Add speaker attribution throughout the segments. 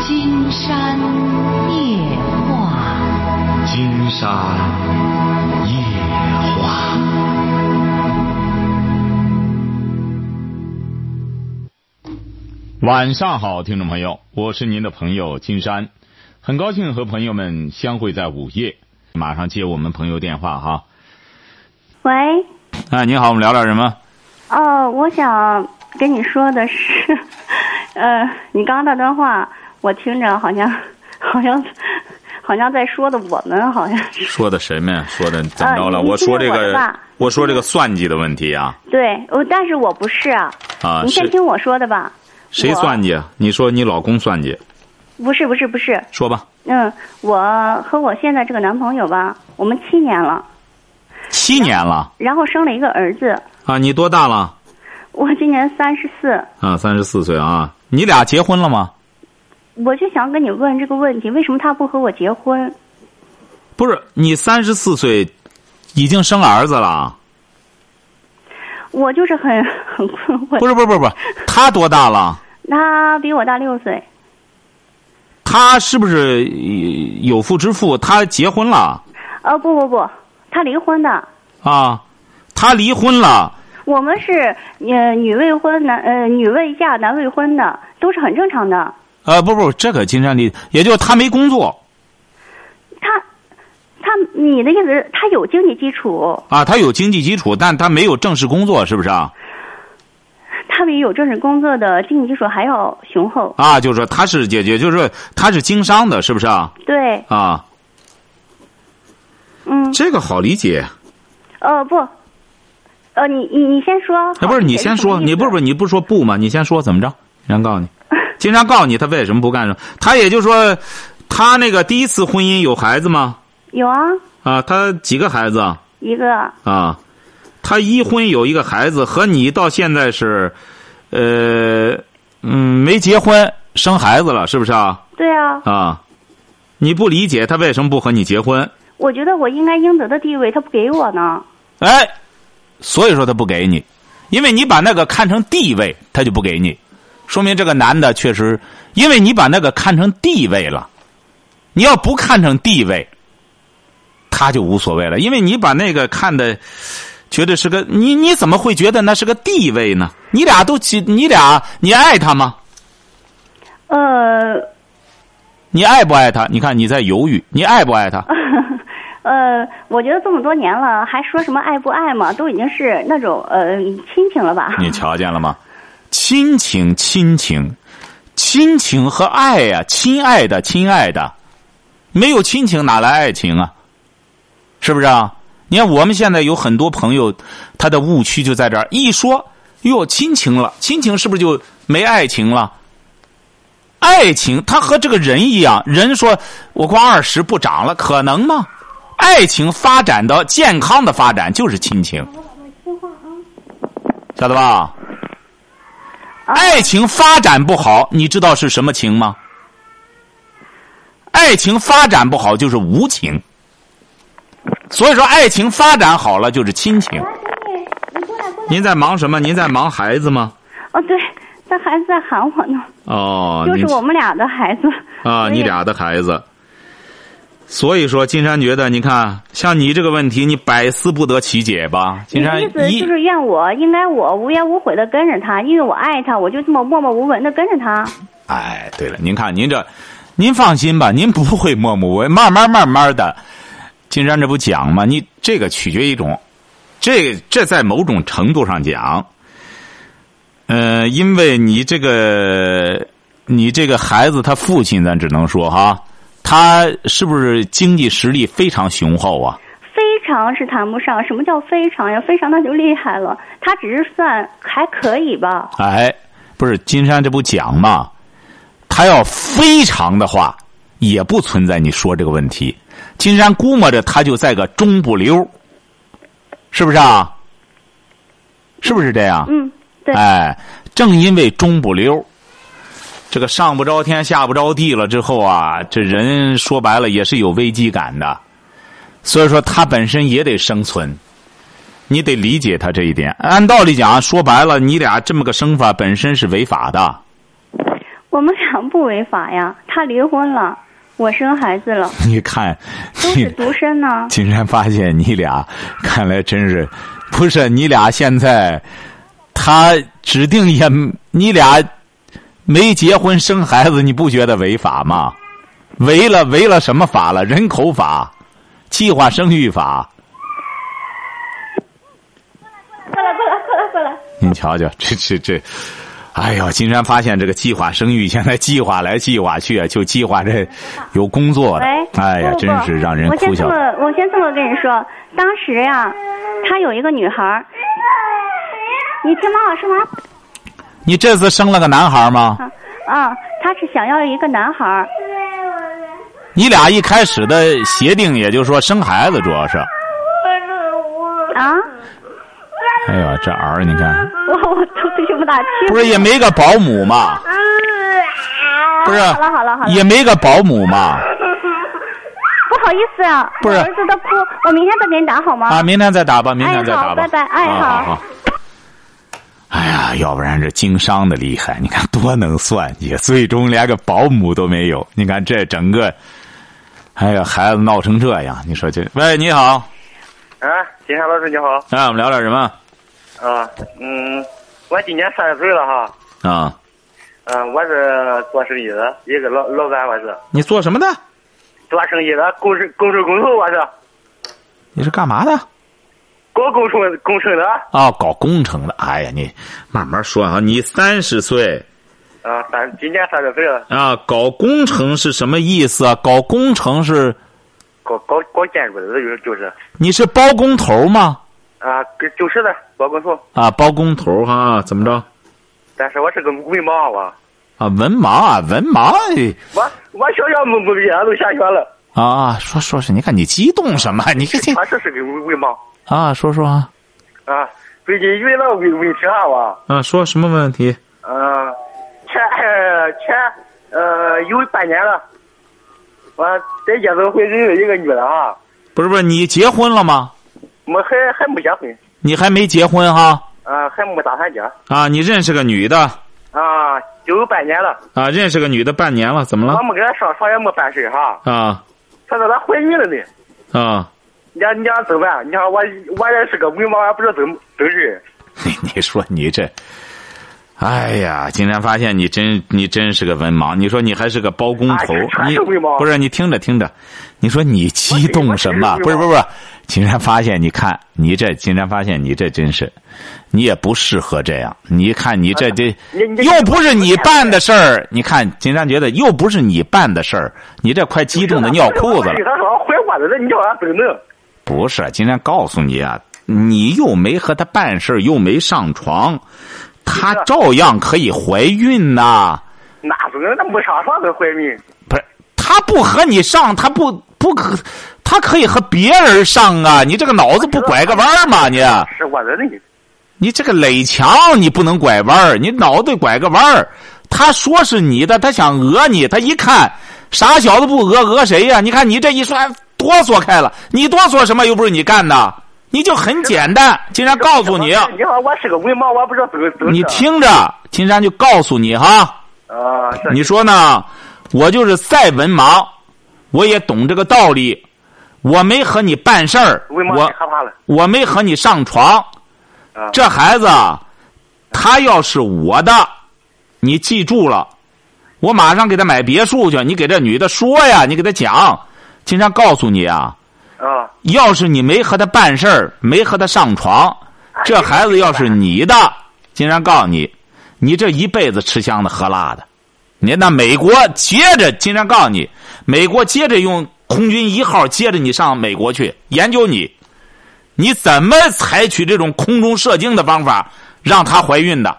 Speaker 1: 金山夜话，
Speaker 2: 金山夜话。晚上好，听众朋友，我是您的朋友金山，很高兴和朋友们相会在午夜。马上接我们朋友电话哈。
Speaker 3: 喂，
Speaker 2: 哎，你好，我们聊点什么？
Speaker 3: 哦，我想跟你说的是，呃，你刚刚那段话，我听着好像，好像，好像在说的我们，好像是
Speaker 2: 说的谁们？说的怎么着了？
Speaker 3: 啊你
Speaker 2: 我说这
Speaker 3: 你听我的
Speaker 2: 个
Speaker 3: 吧，
Speaker 2: 我说这个算计的问题啊
Speaker 3: 对，我但是我不是啊。
Speaker 2: 啊，
Speaker 3: 你先
Speaker 2: 谁
Speaker 3: 听我说的吧。
Speaker 2: 谁
Speaker 3: 我
Speaker 2: 算计？啊？你说你老公算计，
Speaker 3: 不是不是不是，
Speaker 2: 说吧。
Speaker 3: 嗯，我和我现在这个男朋友吧，我们七年了，
Speaker 2: 七年了
Speaker 3: 然后生了一个儿子，
Speaker 2: 啊，你多大了？
Speaker 3: 我今年三十四，
Speaker 2: 啊，三十四岁啊。你俩结婚了吗？
Speaker 3: 我就想跟你问这个问题，为什么他不和我结婚？
Speaker 2: 不是，你三十四岁，已经生儿子了？
Speaker 3: 我就是很很困
Speaker 2: 不
Speaker 3: 惑。
Speaker 2: 是，不是，不是，不是，他多大了？
Speaker 3: 他比我大六岁，
Speaker 2: 他是不是呃有妇之夫？他结婚了
Speaker 3: 呃，不不不，他离婚的。
Speaker 2: 啊？他离婚了？
Speaker 3: 我们是呃女未婚男呃女未嫁男未婚的，都是很正常的。
Speaker 2: 呃，不不，这个金山离，也就是他没工作
Speaker 3: 他他你的意思是他有经济基础，
Speaker 2: 啊，他有经济基础，但他没有正式工作，是不是啊？
Speaker 3: 他比有正式工作的经济基础还要雄厚。
Speaker 2: 啊，就是说他是也也就是说他是经商的，是不是啊？
Speaker 3: 对，
Speaker 2: 啊，
Speaker 3: 嗯，
Speaker 2: 这个好理解。
Speaker 3: 呃不，呃你你你先说。
Speaker 2: 哎，不是你先说，你不是不是你不说不吗？你先说怎么着？人告诉 你，金山告诉你他为什么不干什么？他也就是说，他那个第一次婚姻有孩子吗？
Speaker 3: 有啊，
Speaker 2: 啊，他几个孩子啊？
Speaker 3: 一个
Speaker 2: 啊，他一婚有一个孩子，和你到现在是，呃，嗯，没结婚，生孩子了，是不是啊？
Speaker 3: 对啊，
Speaker 2: 啊，你不理解他为什么不和你结婚？
Speaker 3: 我觉得我应该应得的地位他不给我呢。
Speaker 2: 哎，所以说他不给你，因为你把那个看成地位，他就不给你，说明这个男的确实，因为你把那个看成地位了，你要不看成地位，他就无所谓了，因为你把那个看的，觉得是个你你怎么会觉得那是个地位呢？你俩都起，你俩你爱他吗？
Speaker 3: 呃
Speaker 2: 你爱不爱他？你看你在犹豫，你爱不爱他？
Speaker 3: 呃，我觉得这么多年了，还说什么爱不爱嘛，都已经是那种呃亲情了吧。
Speaker 2: 你瞧见了吗？亲情，亲情，亲情和爱呀、亲爱的，亲爱的，没有亲情哪来爱情啊？是不是啊？你看我们现在有很多朋友，他的误区就在这儿，一说哟亲情了，亲情是不是就没爱情了？爱情，它和这个人一样，人说我光二十不长了，可能吗？爱情发展的健康的发展就是亲情，晓得吧？爱情发展不好，你知道是什么情吗？爱情发展不好就是无情，所以说爱情发展好了就是亲情。您在忙什么？您在忙孩子吗？
Speaker 3: 哦，对，他孩子在喊我呢，
Speaker 2: 哦，
Speaker 3: 就
Speaker 2: 您
Speaker 3: 是我们俩的孩子。
Speaker 2: 啊，
Speaker 3: 所以
Speaker 2: 你俩的孩子。所以说，金山觉得，你看，像你这个问题，你百思不得其解吧？
Speaker 3: 你
Speaker 2: 金
Speaker 3: 的
Speaker 2: 山
Speaker 3: 意思
Speaker 2: 一
Speaker 3: 就是怨我，应该我无怨无悔的跟着他，因为我爱他，我就这么默默无闻的跟着他。
Speaker 2: 哎，对了，您看您这，您放心吧，您不会默默无闻，慢慢慢慢的，金山这不讲吗？你这个取决于一种，这这在某种程度上讲，呃，因为你这个你这个孩子他父亲，咱只能说哈，他是不是经济实力非常雄厚啊？
Speaker 3: 非常是谈不上，什么叫非常呀？非常那就厉害了，他只是算还可以吧。
Speaker 2: 哎，不是金山这不讲嘛，他要非常的话，也不存在你说这个问题。金山估摸着他就在个中不溜，是不是啊？是不是这样？
Speaker 3: 嗯，对，
Speaker 2: 哎，正因为中不溜，这个上不着天下不着地了之后啊，这人说白了也是有危机感的，所以说他本身也得生存，你得理解他这一点。按道理讲，说白了，你俩这么个生法本身是违法的。
Speaker 3: 我们俩产不违法呀，他离婚了，我生孩子了，
Speaker 2: 你看，
Speaker 3: 都
Speaker 2: 你
Speaker 3: 是独 身呢。
Speaker 2: 竟然发现你俩，看来真是，不是你俩现在，他指定也你俩没结婚生孩子，你不觉得违法吗？违了违了什么法了？人口法、计划生育法，
Speaker 3: 过来，过来，过来，过来。
Speaker 2: 您瞧瞧，这这这，哎呦，竟然发现这个计划生育现在计划来计划去，啊就计划这有工作的
Speaker 3: 喂，，
Speaker 2: 哎呀，
Speaker 3: 不不
Speaker 2: 真是让人
Speaker 3: 我
Speaker 2: 哭
Speaker 3: 先这
Speaker 2: 笑。
Speaker 3: 么，我先这么跟你说，当时呀，他有一个女孩儿，你听妈妈说完
Speaker 2: 你这次生了个男孩吗？
Speaker 3: 啊啊，他是想要一个男孩儿，
Speaker 2: 你俩一开始的协定，也就是说生孩子主要是。
Speaker 3: 啊，
Speaker 2: 哎呦，这儿你看，
Speaker 3: 我我都听不大清。
Speaker 2: 不是也没个保姆吗？不是，
Speaker 3: 啊好了好了好了
Speaker 2: 也没个保姆吗？
Speaker 3: 不好意思啊，
Speaker 2: 不是
Speaker 3: 我儿子他哭，我明天再给你打好吗？
Speaker 2: 啊，明天再打吧，明天再打吧。
Speaker 3: 哎好拜拜哎
Speaker 2: 啊
Speaker 3: 好
Speaker 2: 好好。哎呀，要不然这经商的厉害，你看多能算计，最终连个保姆都没有。你看这整个，哎呀，孩子闹成这样，你说这……喂，你好，
Speaker 4: 啊，金山老师你好
Speaker 2: 哎，我们聊点什么
Speaker 4: 啊，嗯，我今年三十岁了哈，
Speaker 2: 啊？
Speaker 4: 嗯、我是做生意的，一个老老板我是
Speaker 2: 你做什么的？
Speaker 4: 做生意的，工程工程工头我是
Speaker 2: 你是干嘛的？
Speaker 4: 搞工程工程的，
Speaker 2: 啊，搞工程的。哎呀，你慢慢说啊。你三十岁
Speaker 4: 啊，三今年三十岁了，
Speaker 2: 啊，搞工程是什么意思啊？搞工程是
Speaker 4: 搞搞搞建筑的就是就是
Speaker 2: 你是包工头吗？
Speaker 4: 啊，跟就是的搞工头，
Speaker 2: 啊，包工头哈、怎么着？
Speaker 4: 但是我是个文盲我
Speaker 2: 啊，文盲啊，文盲哎
Speaker 4: 我我学校没没毕业都下学了，
Speaker 2: 啊！说说是，你看你激动什么？你这这
Speaker 4: 我是是个文文盲
Speaker 2: 啊，说说啊，
Speaker 4: 啊，最近遇到问问题啊我。
Speaker 2: 啊，说什么问题？
Speaker 4: 呃， 前呃前呃有半年了，完在夜总会认识一个女的啊，
Speaker 2: 不是不是，你结婚了吗？
Speaker 4: 没还还没结婚，
Speaker 2: 你还没结婚哈、
Speaker 4: 啊、还没打算结，
Speaker 2: 啊？你认识个女的
Speaker 4: 啊、就有半年了，
Speaker 2: 啊？认识个女的半年了，怎么
Speaker 4: 我
Speaker 2: 了？
Speaker 4: 没给她上床也没办事哈，
Speaker 2: 啊
Speaker 4: 她说她怀孕了呢，
Speaker 2: 啊！
Speaker 4: 你讲你讲怎么办？你看我我也是个文盲，也不知道怎么怎么事，
Speaker 2: 你你说你这，哎呀，竟然发现你真你真是个文盲。你说你还是个包工头，
Speaker 4: 哎全
Speaker 2: 你
Speaker 4: 是文盲
Speaker 2: 不是你听着听着，你说你激动什么？
Speaker 4: 我
Speaker 2: 不
Speaker 4: 只是啊
Speaker 2: 是不是不是，竟然发现你看你这竟然发现你这真是，你也不适合这样。你一看你这这
Speaker 4: 你啊你
Speaker 2: 又不是你办的事儿，你看竟然觉得又不是你办的事儿，你这快激动的尿裤子了。
Speaker 4: 她说怀我的了，你叫俺怎么弄？
Speaker 2: 不是，今天告诉你啊，你又没和他办事儿又没上床，他
Speaker 4: 是
Speaker 2: 照样可以怀孕呐、
Speaker 4: 那不能，那没上床都怀孕，
Speaker 2: 不是，他不和你上，他不不可，他可以和别人上啊！你这个脑子不拐个弯儿吗？你啊
Speaker 4: 是我的呢。
Speaker 2: 你这个垒墙，你不能拐弯儿，你脑袋拐个弯儿。他说是你的，他想讹你，他一看傻小子不讹讹谁呀、你看你这一说，还哆嗦开了。你哆嗦什么？又不是你干的，你就很简单。竟然告诉你，啊
Speaker 4: 你看我是个文盲，我也不知道怎么怎么。
Speaker 2: 你听着，金山就告诉你哈，
Speaker 4: 啊，是
Speaker 2: 你说呢？我就是再文盲，我也懂这个道理。我没和你办事儿，
Speaker 4: 文盲
Speaker 2: 我
Speaker 4: 太可怕了。
Speaker 2: 我没和你上床
Speaker 4: 啊，
Speaker 2: 这孩子啊，他要是我的，你记住了，我马上给他买别墅去。你给这女的说呀，你给她讲，经常告诉你啊，
Speaker 4: 啊，
Speaker 2: 要是你没和他办事儿，没和他上床，这孩子要是你的，经常告诉你，你这一辈子吃香的喝辣的。你那美国接着，经常告诉你，美国接着用空军一号接着你上美国去研究你，你怎么采取这种空中射精的方法让她怀孕的？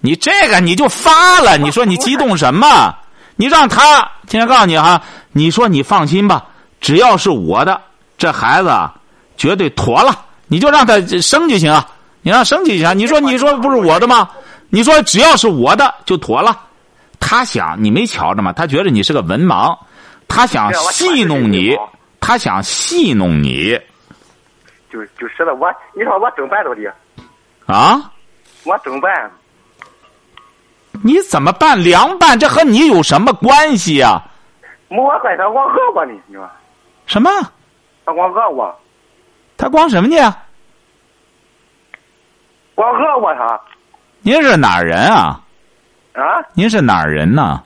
Speaker 2: 你这个你就发了，你说你激动什么？你让她，今天告诉你哈，你说你放心吧，只要是我的这孩子啊，绝对妥了，你就让他生就行啊，你让生就行啊。你说你说不是我的吗？你说只要是我的就妥了。他想你没瞧着吗？他觉得你是个文盲，他想
Speaker 4: 对我喜欢
Speaker 2: 戏弄
Speaker 4: 这个
Speaker 2: 你
Speaker 4: 文盲，
Speaker 2: 他想戏弄你
Speaker 4: 就就是的，我你说我怎么办到底？
Speaker 2: 啊。
Speaker 4: 我怎么办？
Speaker 2: 你怎么办？凉拌这和你有什么关系呀、
Speaker 4: 没我关系，他光讹我呢，你说
Speaker 2: 什么？
Speaker 4: 他光讹我，
Speaker 2: 他光什么去？
Speaker 4: 光讹我他
Speaker 2: 您是哪儿人啊？
Speaker 4: 啊！
Speaker 2: 您是哪儿人呢、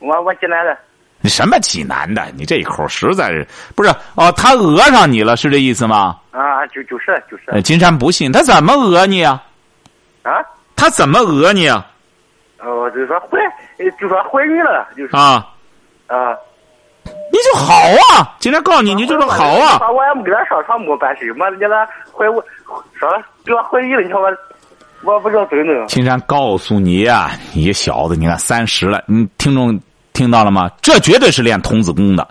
Speaker 4: 我我济南的，
Speaker 2: 你什么济南的？你这一口实在是不是哦？他讹上你了，是这意思吗？
Speaker 4: 啊，就就是就是
Speaker 2: 呃金山不信，他怎么讹你啊？
Speaker 4: 啊，
Speaker 2: 他怎么讹你啊？
Speaker 4: 呃，我就说怀，呃就说怀孕了，就是
Speaker 2: 啊，
Speaker 4: 啊，
Speaker 2: 你就好啊！金山告诉你，你就说好啊。
Speaker 4: 我也没给他上床没办事，妈你那怀我说了给我怀孕了，你看我我不知道怎么弄。
Speaker 2: 金山告诉你呀、你小子，你看三十了，你听众听到了吗？这绝对是练童子功的。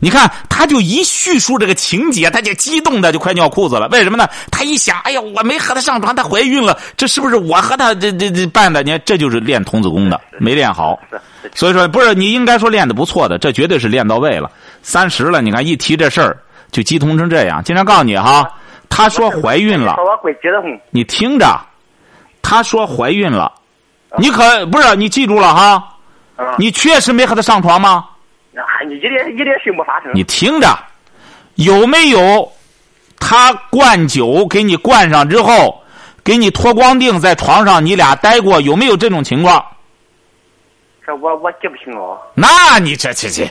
Speaker 2: 你看，他就一叙述这个情节，他就激动的就快尿裤子了。为什么呢？他一想，哎呀，我没和她上床，她怀孕了，这是不是我和她这这这办的？你看，这就是练童子功的，没练好。
Speaker 4: 是是
Speaker 2: 所以说，不是你应该说练的不错的，这绝对是练到位了。三十了，你看一提这事儿就激通成这样。经常告诉你哈，她说怀孕了
Speaker 4: 说，我闺结的婚，
Speaker 2: 你听着，她说怀孕了，你可不是你记住了哈，
Speaker 4: 啊，
Speaker 2: 你确实没和她上床吗？
Speaker 4: 啊，你一点一点事没发生，
Speaker 2: 你听着，有没有他灌酒给你灌上之后，给你脱光腚在床上你俩待过？有没有这种情况？
Speaker 4: 这我我记不清了，
Speaker 2: 那你这这这，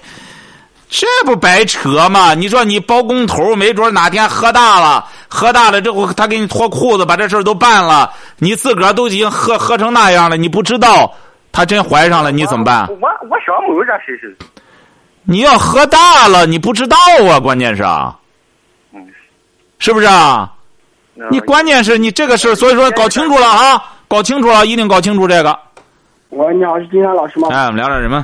Speaker 2: 这不白扯吗？你说你包工头，没准哪天喝大了，喝大了之后他给你脱裤子，把这事儿都办了，你自个儿都已经喝喝成那样了，你不知道他真怀上了，你怎么办？
Speaker 4: 我我想没有这事是，
Speaker 2: 你要喝大了，你不知道啊，关键是啊，
Speaker 4: 嗯，
Speaker 2: 是不是啊？
Speaker 4: 那
Speaker 2: 你关键是你这个事儿，所以说搞清楚了啊，搞清楚了，一定搞清楚这个。
Speaker 5: 喂，你好，是金山老师吗？啊、
Speaker 2: 哎，我们聊点什么？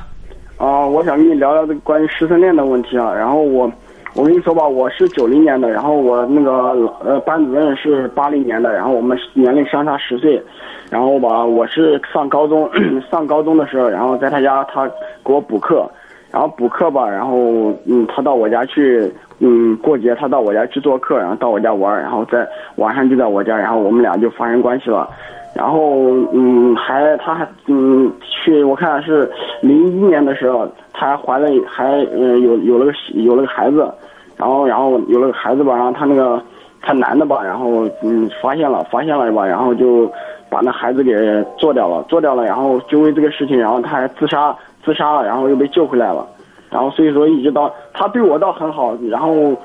Speaker 5: 我想跟你聊聊这个关于师生恋的问题啊。然后我，我跟你说吧，我是九零年的，然后我那个老呃班主任是八零年的，然后我们年龄相差十岁。然后吧，我是上高中 上高中的时候，然后在他家他给我补课，然后补课吧，然后嗯他到我家去，嗯过节他到我家去做客，然后到我家玩儿，然后在晚上就在我家，然后我们俩就发生关系了。然后嗯，还她还嗯去我看是零一年的时候，她还怀了还嗯有有了个有了个孩子，然后然后有了个孩子吧，然后她那个她男的吧，然后嗯发现了发现了吧，然后就把那孩子给做掉了做掉了，然后就为这个事情，然后她还自杀自杀了，然后又被救回来了。然后所以说一直到他对我倒很好，然后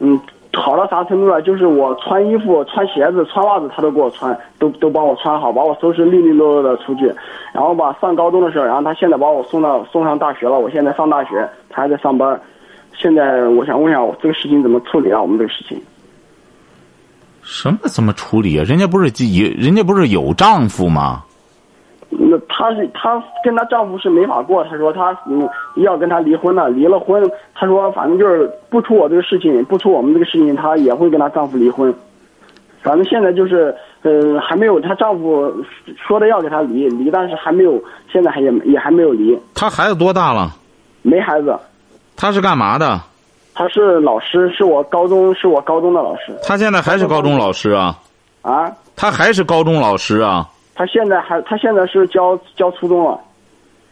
Speaker 5: 嗯，好到啥程度啊？就是我穿衣服、穿鞋子、穿袜子，他都给我穿，都都帮我穿好，把我收拾利利落落的出去。然后吧，上高中的时候，然后他现在把我送到送上大学了，我现在上大学，他还在上班。现在我想问一下，我这个事情怎么处理啊？我们这个事情，
Speaker 2: 什么怎么处理啊？人家不是有人家不是有丈夫吗？
Speaker 5: 那她是她跟她丈夫是没法过，她说她嗯要跟他离婚了，离了婚，她说反正就是不出我这个事情，不出我们这个事情，她也会跟她丈夫离婚。反正现在就是，呃，还没有她丈夫说的要给她离离，但是还没有，现在还也也还没有离，
Speaker 2: 他孩子多大了？
Speaker 5: 没孩子。
Speaker 2: 他是干嘛的？
Speaker 5: 她是老师，是我高中是我高中的老师
Speaker 2: 他现在还是高中老师啊？
Speaker 5: 啊。
Speaker 2: 他还是高中老师啊？
Speaker 5: 她现在还她现在是教教初中了，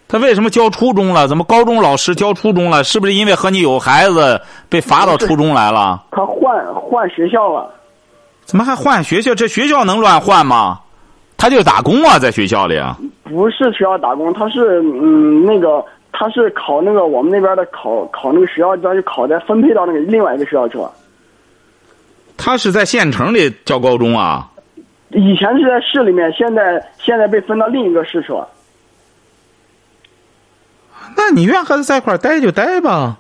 Speaker 2: 他为什么教初中了？怎么高中老师教初中了？是不是因为和你有孩子被罚到初中来了？
Speaker 5: 她换换学校了。
Speaker 2: 怎么还换学校？这学校能乱换吗？他就是打工啊，在学校里啊。
Speaker 5: 不是学校打工，他是嗯那个他是考那个我们那边的考考那个学校，他就考在分配到那个另外一个学校去了。
Speaker 2: 他是在县城里教高中啊？
Speaker 5: 以前是在市里面，现在现在被分到另一个市去了。
Speaker 2: 那你愿和他在一块儿待就待吧。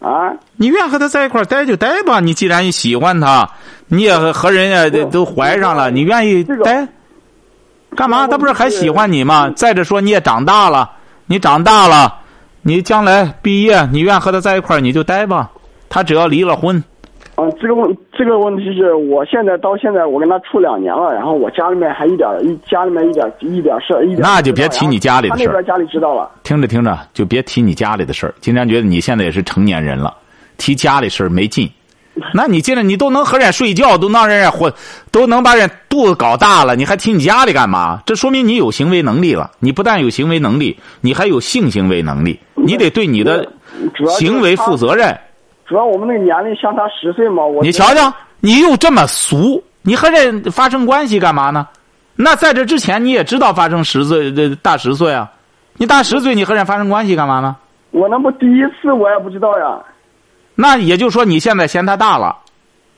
Speaker 5: 啊，
Speaker 2: 你愿和他在一块儿待就待吧，你既然喜欢他，你也和人家都都怀上了，你愿意
Speaker 5: 这个
Speaker 2: 待，干嘛？
Speaker 5: 这个
Speaker 2: 他不是还喜欢你吗？
Speaker 5: 嗯
Speaker 2: 再者说，你也长大了，你长大了，你将来毕业，你愿和他在一块儿，你就待吧。他只要离了婚，
Speaker 5: 嗯，这个问这个问题是我现在到现在我跟他处两年了，然后我家里面还一点一家里面一点一点事儿一点
Speaker 2: 那就别提你家里的事儿
Speaker 5: 他那边家里知道了，
Speaker 2: 听着听 着，就别提你家里的事儿。金山觉得你现在也是成年人了，提家里事儿没劲。那你进来，你都能和人家睡觉，都能让人家活，都能把人肚子搞大了，你还提你家里干嘛？这说明你有行为能力了。你不但有行为能力，你还有性行为能力。你得对你的
Speaker 5: 主要就是
Speaker 2: 行为
Speaker 5: 他
Speaker 2: 负责任。
Speaker 5: 主要我们那个年龄相差十岁嘛，我
Speaker 2: 你瞧瞧，你又这么俗，你和人发生关系干嘛呢？那在这之前你也知道发生十岁，这大十岁啊，你大十岁你和人发生关系干嘛呢？
Speaker 5: 我那不第一次我也不知道呀，
Speaker 2: 那也就是说你现在嫌他大了。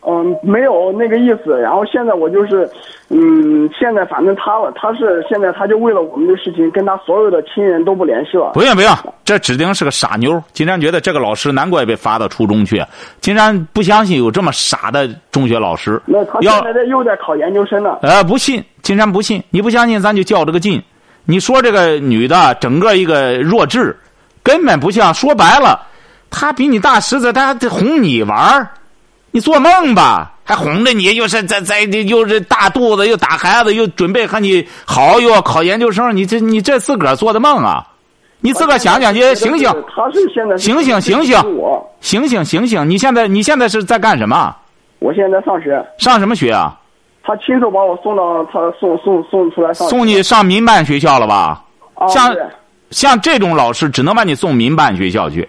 Speaker 5: 嗯，没有那个意思。然后现在我就是，嗯，现在反正他了，他是现在他就为了我们的事情，跟他所有的亲人都不联系了。
Speaker 2: 不用不用，这指定是个傻妞。金山觉得这个老师难怪被罚到初中去。金山不相信有这么傻的中学老师。
Speaker 5: 那他
Speaker 2: 要
Speaker 5: 现在在又在考研究生呢。
Speaker 2: 呃，不信，金山不信。你不相信，咱就较这个劲。你说这个女的整个一个弱智，根本不像。说白了，她比你大十岁，她还得哄你玩儿，你做梦吧！还哄着你，又是在在又是大肚子，又打孩子，又准备和你好，又要考研究生，你这你这自个儿做的梦啊！你自个儿想想去，醒醒。
Speaker 5: 他是现在是
Speaker 2: 醒醒醒醒
Speaker 5: 我
Speaker 2: 醒醒醒醒！你现在你现在是在干什么？
Speaker 5: 我现在上学，
Speaker 2: 上什么学啊？
Speaker 5: 他亲手把我送到他送送送出来上学
Speaker 2: 送你上民办学校了吧？
Speaker 5: 啊，
Speaker 2: 像
Speaker 5: 对
Speaker 2: 像这种老师只能把你送民办学校去。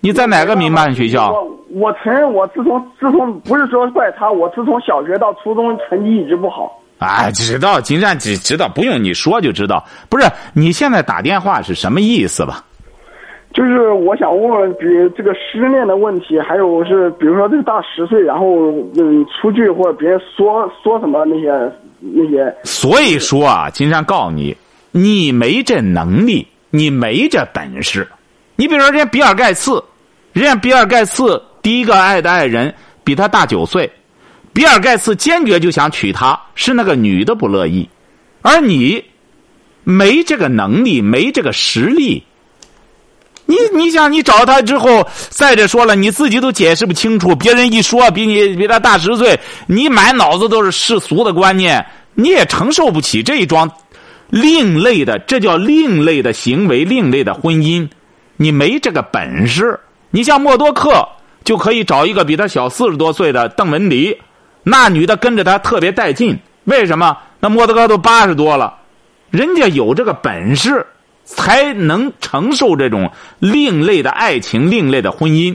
Speaker 2: 你在哪个民办学校？
Speaker 5: 我我承认，我自从自从不是说怪他，我自从小学到初中成绩一直不好。
Speaker 2: 哎，知道，金山只知道，不用你说就知道。不是，你现在打电话是什么意思吧？
Speaker 5: 就是我想问问，比如这个失恋的问题，还有是比如说这个大十岁，然后嗯出去或者别人说说什么那些那些，
Speaker 2: 所以说啊，金山告诉你，你没这能力，你没这本事。你比如说，人家比尔盖茨，人家比尔盖茨第一个爱的爱人比他大九岁，比尔盖茨坚决就想娶她，是那个女的不乐意，而你没这个能力，没这个实力。你你想，你找他之后，再者说了，你自己都解释不清楚，别人一说比你比他大十岁，你满脑子都是世俗的观念，你也承受不起这一桩另类的，这叫另类的行为，另类的婚姻，你没这个本事。你像默多克就可以找一个比他小四十多岁的邓文迪，那女的跟着他特别带劲，为什么？那默多克都八十多了，人家有这个本事，才能承受这种另类的爱情、另类的婚姻。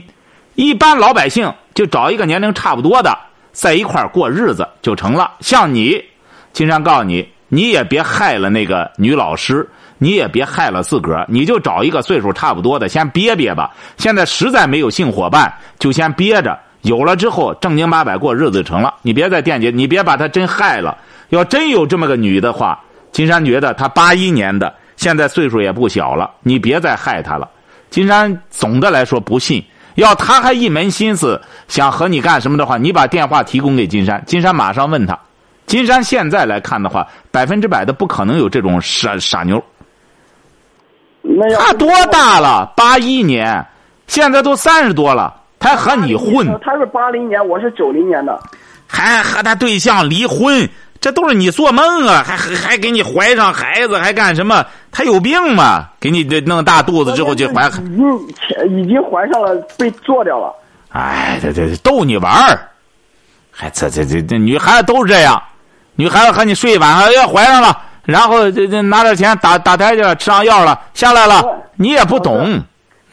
Speaker 2: 一般老百姓就找一个年龄差不多的，在一块儿过日子就成了。像你，金山告诉你，你也别害了那个女老师，你也别害了自个儿，你就找一个岁数差不多的，先憋憋吧。现在实在没有性伙伴，就先憋着。有了之后，正经八百过日子就成了。你别再惦记，你别把她真害了。要真有这么个女的话，金山觉得她八一年的，现在岁数也不小了，你别再害她了。金山总的来说不信，要他还一门心思想和你干什么的话，你把电话提供给金山，金山马上问他。金山现在来看的话，百分之百的不可能有这种傻傻妞。
Speaker 5: 那要
Speaker 2: 他多大了？八一年，现在都三十多了，他还和你混，
Speaker 5: 他是八零年，我是九零年的。
Speaker 2: 还和他对象离婚，这都是你做梦啊！还还还给你怀上孩子，还干什么？他有病吗？给你这弄大肚子之后就怀孩。
Speaker 5: 已经前已经怀上了，被做掉了。
Speaker 2: 哎，这这这逗你玩儿，还这这这这女孩子都是这样，女孩子和你睡一晚上，哎呀怀上了，然后这这拿点钱打打胎去了，吃上药了，下来了
Speaker 5: 对，
Speaker 2: 你也不懂，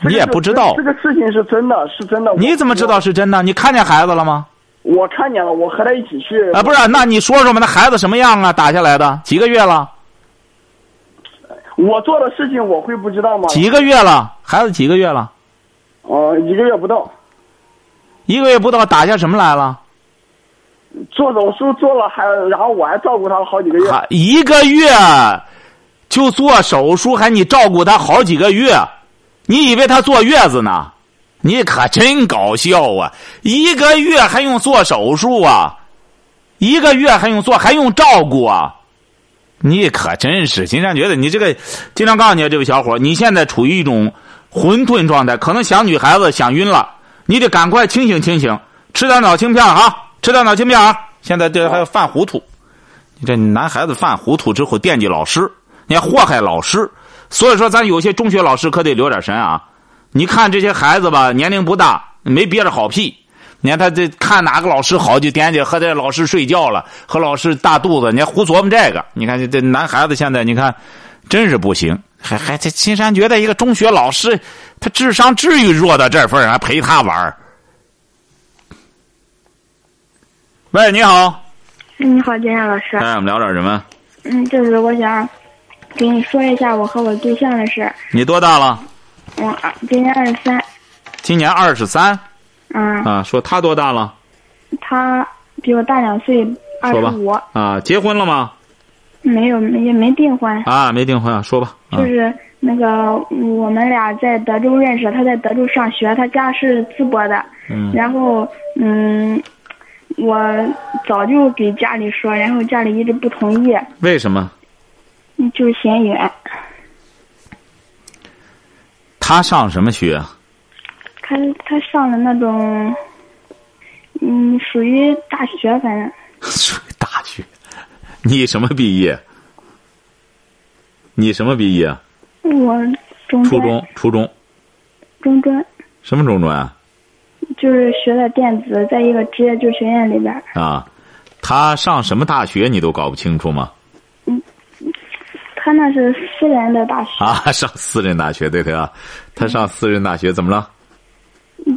Speaker 2: 你也不知道
Speaker 5: 这，个事情是真的，是真的。
Speaker 2: 你怎么知道是真的？你看见孩子了吗？
Speaker 5: 我？我看见了，我和他一起去。
Speaker 2: 啊，不是，那你说说嘛，那孩子什么样啊？打下来的几个月了？
Speaker 5: 我做的事情，我会不知道吗？
Speaker 2: 几个月了？孩子几个月了？
Speaker 5: 呃，一个月不到，
Speaker 2: 一个月不到，打下什么来了？
Speaker 5: 做手术做了还，然后我还照顾他好几个月。
Speaker 2: 还一个月就做手术，还你照顾他好几个月，你以为他坐月子呢？你可真搞笑啊！一个月还用做手术啊？一个月还用做，还用照顾啊？你可真是，金山觉得你这个，经常告诉你啊这位小伙儿，你现在处于一种混沌状态，可能想女孩子想晕了，你得赶快清醒清醒，吃点脑清片儿啊，吃点脑清片儿啊。现在这还要犯糊涂，你这男孩子犯糊涂之后惦记老师，你还祸害老师，所以说咱有些中学老师可得留点神啊。你看这些孩子吧，年龄不大，没憋着好屁，你看他这看哪个老师好就惦记和这老师睡觉了，和老师大肚子，你看胡琢磨这个。你看这这男孩子现在，你看真是不行，还还这金山觉得一个中学老师，他智商至于弱到这份儿，还陪他玩儿。喂，你好，
Speaker 6: 嗯，你好，金燕老师。
Speaker 2: 哎，我们聊点什么？
Speaker 6: 嗯，就是我想给你说一下我和我对象的事儿。
Speaker 2: 你多大了？
Speaker 6: 我二今年二十三，
Speaker 2: 今年二十三
Speaker 6: 嗯，
Speaker 2: 啊。说他多大了？
Speaker 6: 他比我大两岁，二
Speaker 2: 说
Speaker 6: 十
Speaker 2: 吧
Speaker 6: 五，
Speaker 2: 啊，结婚了吗？
Speaker 6: 没有也没订婚，
Speaker 2: 啊，没订婚啊。说吧。啊
Speaker 6: 就是那个我们俩在德州认识，他在德州上学，他家是淄博的，
Speaker 2: 嗯
Speaker 6: 然后嗯，我早就给家里说，然后家里一直不同意，
Speaker 2: 为什么？
Speaker 6: 嗯就是嫌远。
Speaker 2: 他上什么学？啊
Speaker 6: 他他上的那种，嗯，属于大学，反正
Speaker 2: 属于大学。你什么毕业？你什么毕业？
Speaker 6: 我中
Speaker 2: 初
Speaker 6: 间
Speaker 2: 中，初中，
Speaker 6: 中专
Speaker 2: 什么中专啊？
Speaker 6: 就是学的电子，在一个职业技术学院里边儿，
Speaker 2: 啊，他上什么大学你都搞不清楚吗？
Speaker 6: 他那是私人的大学，
Speaker 2: 啊，上私人大学，对对啊，他上私人大学怎么了？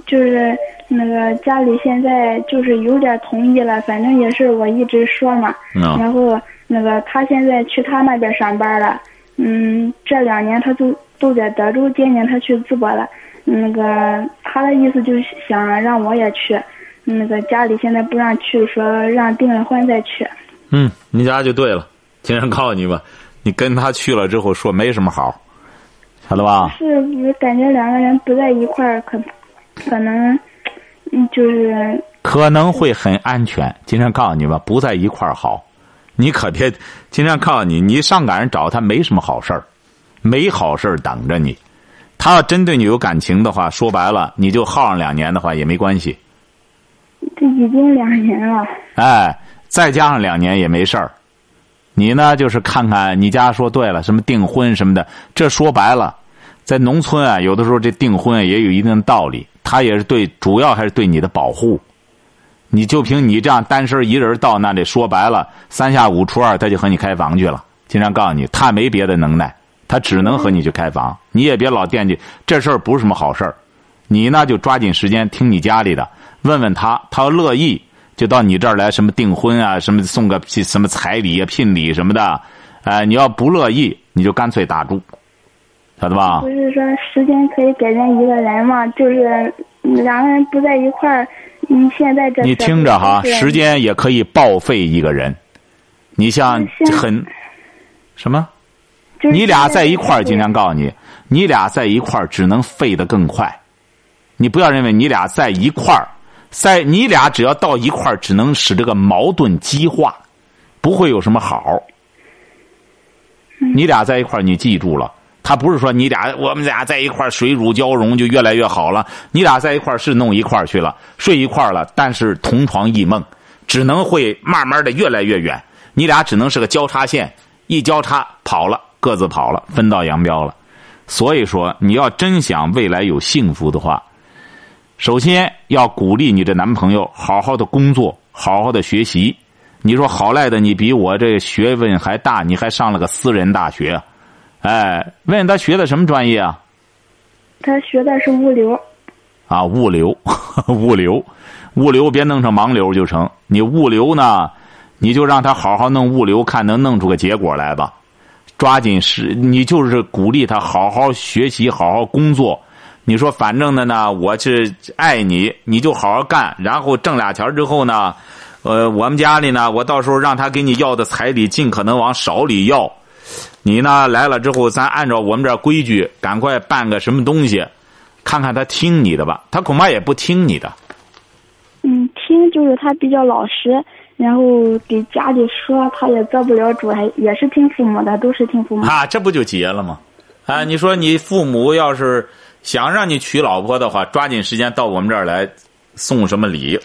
Speaker 6: 就是那个家里现在就是有点同意了，反正也是我一直说嘛，
Speaker 2: 嗯
Speaker 6: 然后那个他现在去他那边上班了，嗯，这两年他都都在德州，今年他去淄博了。嗯那个他的意思就是想让我也去，嗯那个家里现在不让去，说让订了婚再去。
Speaker 2: 嗯，你家就对了。经常告诉你吧，你跟他去了之后说没什么好，晓得吧？
Speaker 6: 是我感觉两个人不在一块儿，可可能，嗯，就是
Speaker 2: 可能会很安全。今天告诉你吧，不在一块儿好，你可别。今天告诉你，你上赶着找他没什么好事儿，没好事儿等着你。他要真对你有感情的话，说白了，你就耗上两年的话也没关系。
Speaker 6: 这已经两年了。
Speaker 2: 哎，再加上两年也没事儿。你呢，就是看看你家说对了，什么订婚什么的，这说白了，在农村啊，有的时候这订婚也有一定的道理，他也是对，主要还是对你的保护。你就凭你这样单身一人到那里，说白了，三下五除二他就和你开房去了。经常告诉你，他没别的能耐，他只能和你去开房。你也别老惦记这事儿，不是什么好事儿。你呢就抓紧时间听你家里的，问问他，他要乐意就到你这儿来，什么订婚啊，什么送个什么彩礼啊、聘礼什么的，哎，你要不乐意，你就干脆打住，晓得吧
Speaker 6: 不？是说时间可以改变一个人嘛，就是嗯两个人不在一块儿，嗯，现在这
Speaker 2: 你
Speaker 6: 社
Speaker 2: 听
Speaker 6: 会
Speaker 2: 着哈，
Speaker 6: 就是
Speaker 2: 时间也可以报废一个人。你像
Speaker 6: 我现
Speaker 2: 很什么？
Speaker 6: 嗯啊就是
Speaker 2: 你俩
Speaker 6: 现
Speaker 2: 在一块儿，
Speaker 6: 社会
Speaker 2: 经常告诉你，你俩在一块儿只能废得更快。你不要认为你俩在一块儿，在你俩只要到一块儿，只能使这个矛盾激化，不会有什么好。你俩在一块儿，你记住了，他不是说你俩我们俩在一块儿水乳交融就越来越好了。你俩在一块儿是弄一块儿去了，睡一块儿了，但是同床异梦，只能会慢慢的越来越远。你俩只能是个交叉线，一交叉跑了，各自跑了，分道扬镳了。所以说，你要真想未来有幸福的话，首先要鼓励你的男朋友好好的工作，好好的学习。你说好赖的，你比我这学问还大，你还上了个私人大学，哎，问他学的什么专业啊？
Speaker 6: 他学的是物流，
Speaker 2: 啊，物流， 物流，物流，别弄成盲流就成。你物流呢，你就让他好好弄物流，看能弄出个结果来吧。抓紧时，你就是鼓励他好好学习，好好工作。你说反正的呢，我是爱你，你就好好干，然后挣俩钱儿之后呢，呃，我们家里呢，我到时候让他给你要的彩礼尽可能往少里要。你呢来了之后，咱按照我们这儿规矩，赶快办个什么东西，看看他听你的吧，他恐怕也不听你的。
Speaker 6: 嗯，听就是他比较老实，然后给家里说他也做不了主，还也是听父母的，都是听父母。
Speaker 2: 啊，这不就结了吗？啊，你说你父母要是想让你娶老婆的话，抓紧时间到我们这儿来，送什么礼？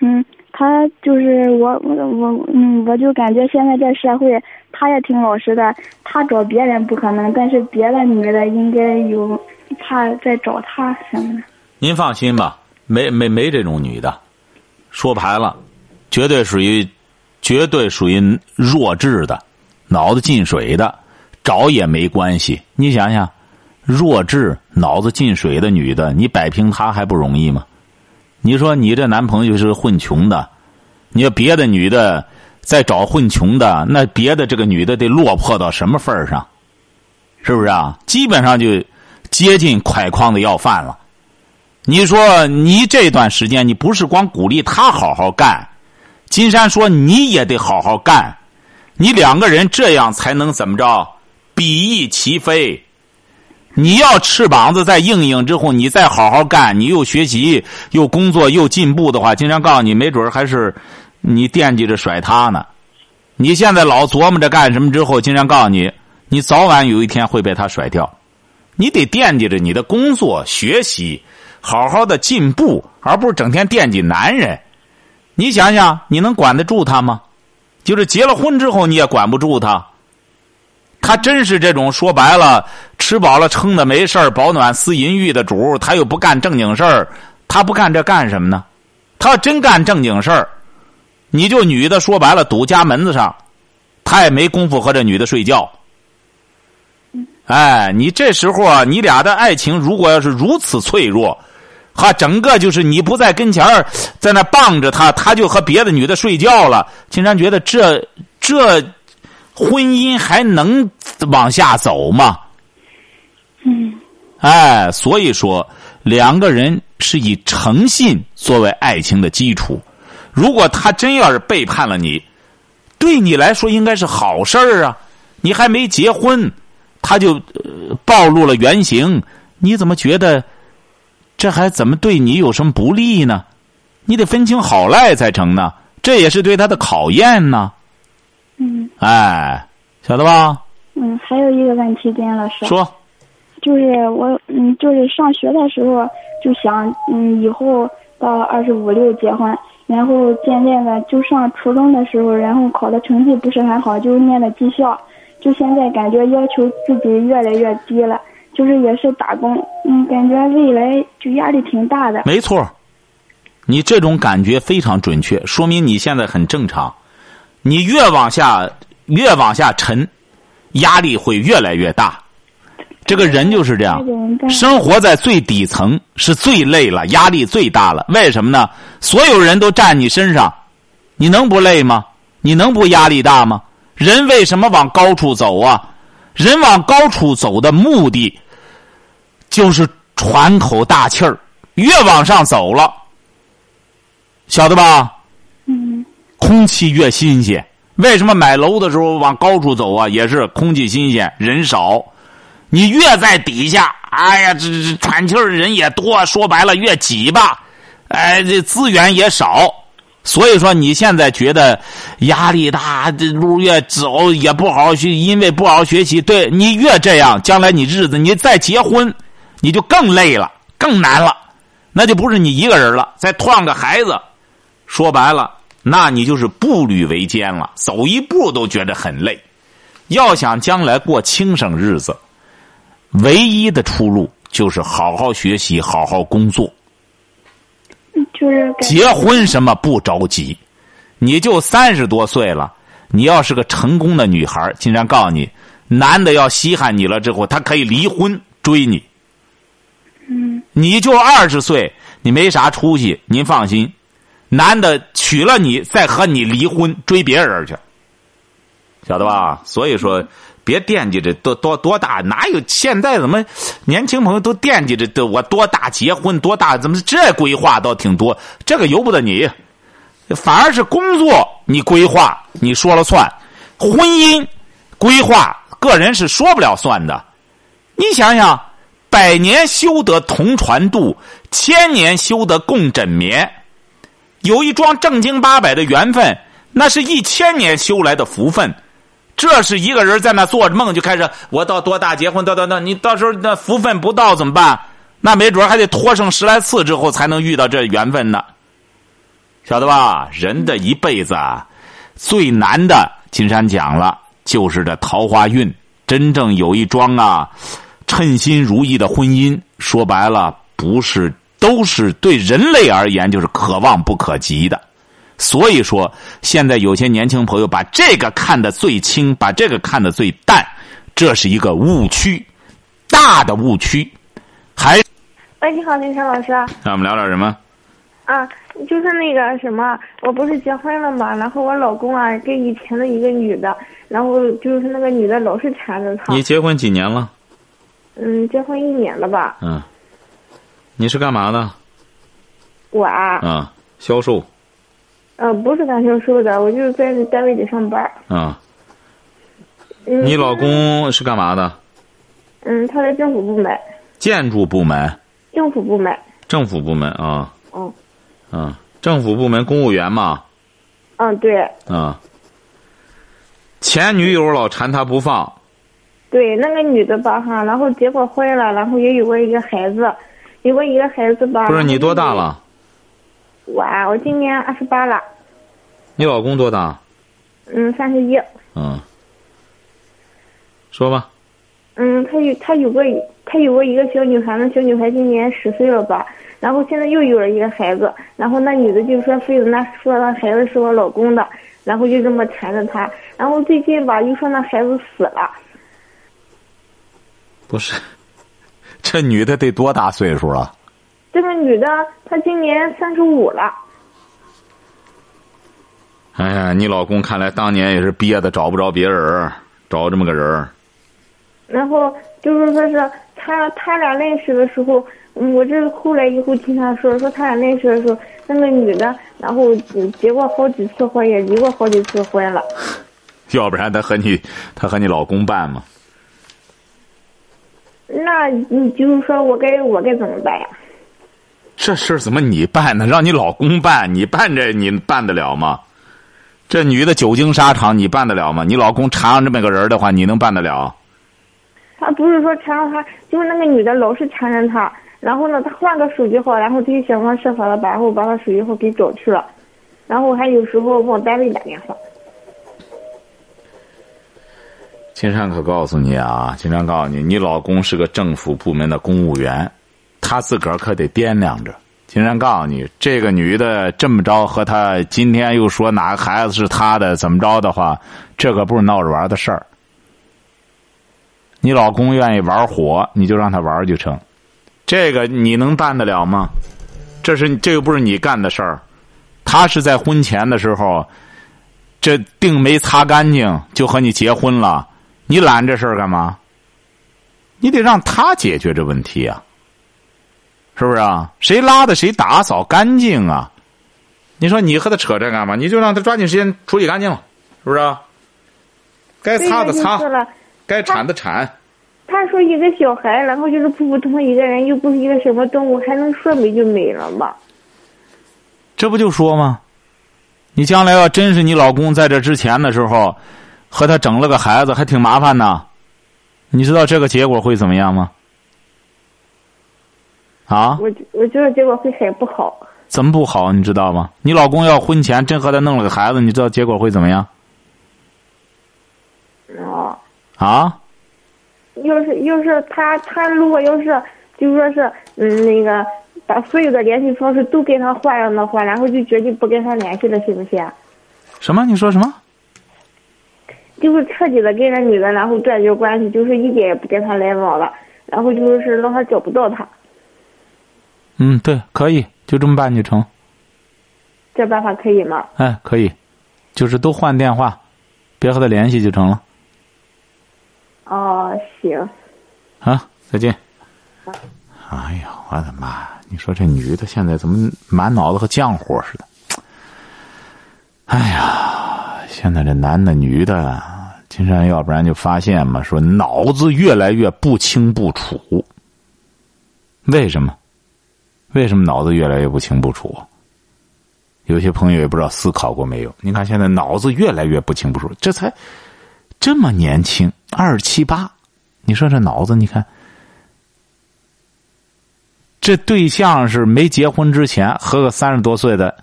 Speaker 6: 嗯，他就是我我我嗯，我就感觉现在这社会，他也挺老实的，他找别人不可能，但是别的女的应该有，怕再找他什么的。
Speaker 2: 您放心吧，没没没这种女的，说白了，绝对属于，绝对属于弱智的，脑子进水的，找也没关系。你想想，弱智、脑子进水的女的，你摆平她还不容易吗？你说你这男朋友是混穷的，你说别的女的再找混穷的，那别的这个女的得落魄到什么份儿上？是不是啊？基本上就接近快筐的要饭了。你说你这段时间，你不是光鼓励他好好干，金山说你也得好好干，你两个人这样才能怎么着，比翼齐飞。你要翅膀子再硬硬之后，你再好好干，你又学习又工作又进步的话，金山告诉你，没准还是你惦记着甩他呢。你现在老琢磨着干什么之后，金山告诉你，你早晚有一天会被他甩掉。你得惦记着你的工作学习。好好的进步，而不是整天惦记男人。你想想，你能管得住他吗？就是结了婚之后，你也管不住他。他真是这种说白了，吃饱了撑的没事儿，保暖思淫欲的主，他又不干正经事儿，他不干这干什么呢？他要真干正经事儿，你就女的说白了堵家门子上，他也没工夫和这女的睡觉。哎，你这时候啊，你俩的爱情如果要是如此脆弱。哈，整个就是你不在跟前儿，在那傍着他，他就和别的女的睡觉了。金山觉得这这婚姻还能往下走吗？
Speaker 6: 嗯，
Speaker 2: 哎，所以说两个人是以诚信作为爱情的基础。如果他真要是背叛了你，对你来说应该是好事儿啊。你还没结婚，他就、呃、暴露了原形，你怎么觉得？这还怎么对你有什么不利呢？你得分清好赖才成呢，这也是对他的考验呢。
Speaker 6: 嗯，
Speaker 2: 哎，晓得吧？
Speaker 6: 嗯，还有一个问题，金老师，
Speaker 2: 说，
Speaker 6: 就是我，嗯，就是上学的时候就想，嗯，以后到二十五六结婚，然后渐渐的就上初中的时候，然后考的成绩不是很好，就念的技校，就现在感觉要求自己越来越低了。就是也是打工，嗯，感觉未来就压力挺大的。
Speaker 2: 没错，你这种感觉非常准确，说明你现在很正常。你越往下越往下沉，压力会越来越大。这个人就是这样，生活在最底层是最累了，压力最大了。为什么呢？所有人都站你身上，你能不累吗？你能不压力大吗？人为什么往高处走啊？人往高处走的目的。就是喘口大气儿，越往上走了，晓得
Speaker 6: 吧？嗯。
Speaker 2: 空气越新鲜，为什么买楼的时候往高处走啊？也是空气新鲜，人少。你越在底下，哎呀，这这喘气儿人也多，说白了越挤吧，哎，这资源也少。所以说，你现在觉得压力大，这路越走也不好学，因为不好好学习，对你越这样，将来你日子你再结婚。你就更累了，更难了，那就不是你一个人了。再创个孩子，说白了，那你就是步履维艰了，走一步都觉得很累。要想将来过轻省日子，唯一的出路就是好好学习，好好工作。
Speaker 6: 就是
Speaker 2: 结婚什么不着急，你就三十多岁了，你要是个成功的女孩，竟然告诉你，男的要稀罕你了之后，他可以离婚追你。
Speaker 6: 嗯，
Speaker 2: 你就二十岁，你没啥出息。您放心，男的娶了你，再和你离婚追别人去，晓得吧？所以说，别惦记着多多多大，哪有现在怎么年轻朋友都惦记着我多大结婚多大？怎么这规划倒挺多？这个由不得你，反而是工作你规划你说了算，婚姻规划个人是说不了算的。你想想。百年修得同船渡，千年修得共枕眠。有一桩正经八百的缘分，那是一千年修来的福分。这是一个人在那做着梦就开始，我到多大结婚，到到到，你到时候那福分不到怎么办？那没准还得拖上十来次之后才能遇到这缘分呢。晓得吧？人的一辈子啊，最难的，金山讲了，就是这桃花运。真正有一桩啊。称心如意的婚姻，说白了不是都是对人类而言就是可望不可及的。所以说，现在有些年轻朋友把这个看得最轻，把这个看得最淡，这是一个误区，大的误区。还
Speaker 7: 喂，哎你好，林晨老师。
Speaker 2: 让我们聊点什么？
Speaker 7: 啊，就是那个什么，我不是结婚了嘛，然后我老公啊跟以前的一个女的，然后就是那个女的老是缠着他
Speaker 2: 你。结婚几年了？
Speaker 7: 嗯，结婚一年了吧？
Speaker 2: 嗯，你是干嘛的？
Speaker 7: 我啊，
Speaker 2: 啊，销售。
Speaker 7: 呃，不是干销售的，我就是在单位里上班儿。
Speaker 2: 啊，
Speaker 7: 嗯、
Speaker 2: 你老？公是干嘛的？
Speaker 7: 嗯，他在政府部门，
Speaker 2: 建筑部门、
Speaker 7: 政府部门。
Speaker 2: 政府部门啊
Speaker 7: 嗯
Speaker 2: 啊，政府部门公务员嘛
Speaker 7: 嗯，对
Speaker 2: 啊。前女友老缠他不放，
Speaker 7: 对，那个女的吧哈，然后结过婚了，然后也有过一个孩子，有过一个孩子吧。
Speaker 2: 不是
Speaker 7: 然后
Speaker 2: 你多大
Speaker 7: 今年？
Speaker 2: 了？
Speaker 7: 我啊，我今年二十八了，
Speaker 2: 你老公多大？
Speaker 7: 嗯，三十一。
Speaker 2: 嗯，说吧。
Speaker 7: 嗯，他有他有过一他有过一个小女孩，那小女孩今年十岁了吧，然后现在又有了一个孩子，然后那女的就说非得那说那孩子是我老公的，然后就这么缠着他，然后最近吧又说那孩子死了，
Speaker 2: 不是， 这女的得多大岁数了？
Speaker 7: 这个女的她今年三十五了，
Speaker 2: 哎呀，你老公看来当年也是憋的找不着别人儿，找这么个人儿。
Speaker 7: 然后就是说是他他俩认识的时候，嗯我这后来以后听他说说他俩认识的时候，那个女的然后嗯结过好几次婚，也离过好几次婚了。
Speaker 2: 要不然他和你，他和你老公办吗？
Speaker 7: 那你就是说我该我该怎么办呀？
Speaker 2: 这事儿怎么你办呢？让你老公办，你办这你办得了吗？这女的久经沙场，你办得了吗？你老公缠上这么个人儿的话，你能办得了？
Speaker 7: 他不是说缠着他，就是那个女的老是缠着他，然后呢，他换个手机号，然后他就想方设法的把，然后把他手机号给找去了，然后还有时候往单位打电话。
Speaker 2: 金山可告诉你啊，金山告诉你，你老公是个政府部门的公务员，他自个儿可得掂量着。金山告诉你，这个女的这么着和他今天又说哪个孩子是他的，怎么着的话，这可不是闹着玩的事儿。你老公愿意玩火，你就让他玩就成，这个你能办得了吗？这是这又不是你干的事儿，他是在婚前的时候，这腚没擦干净就和你结婚了。你揽这事儿干嘛？你得让他解决这问题啊，是不是啊？谁拉的谁打扫干净啊？你说你和他扯这干嘛？你就让他抓紧时间处理干净了，是不是、啊？该擦的擦
Speaker 7: 所以呢就是，了，
Speaker 2: 该铲的铲。
Speaker 7: 他说一个小孩，然后就是普普通通一个人，又不是一个什么动物，还能说没就没了吗？
Speaker 2: 这不就说吗？你将来要真是你老公在这之前的时候，和他整了个孩子，还挺麻烦的。你知道这个结果会怎么样吗？啊，
Speaker 7: 我我觉得结果会很不好。
Speaker 2: 怎么不好？你知道吗？你老公要婚前真和他弄了个孩子，你知道结果会怎么样？
Speaker 7: 哦，
Speaker 2: 啊？
Speaker 7: 要是要是他他如果要是就说是嗯那个把所有的联系方式都跟他换上的话，然后就决定不跟他联系了，行不行？
Speaker 2: 什么？你说什么？
Speaker 7: 就是彻底的跟那女的然后断绝关系，就是一点也不跟他来往了，然后就是让他找不到他，
Speaker 2: 嗯，对，可以，就这么办就成。
Speaker 7: 这办法可以吗？
Speaker 2: 哎，可以，就是都换电话，别和他联系就成了
Speaker 7: 哦，行，啊
Speaker 2: 啊。再见。哎呀，我的妈呀！你说这女的现在怎么满脑子和浆糊似的？哎呀，现在这男的女的，金山要不然就发现嘛，说脑子越来越不清不楚。为什么？为什么脑子越来越不清不楚？有些朋友也不知道思考过没有。你看现在脑子越来越不清不楚，这才这么年轻，二七八，你说这脑子，你看这对象是没结婚之前和个三十多岁的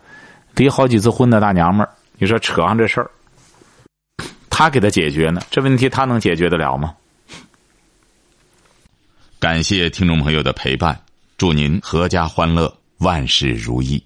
Speaker 2: 离好几次婚的大娘们儿，你说扯上这事儿，他给他解决呢，这问题他能解决得了吗？感谢听众朋友的陪伴。祝您阖家欢乐，万事如意。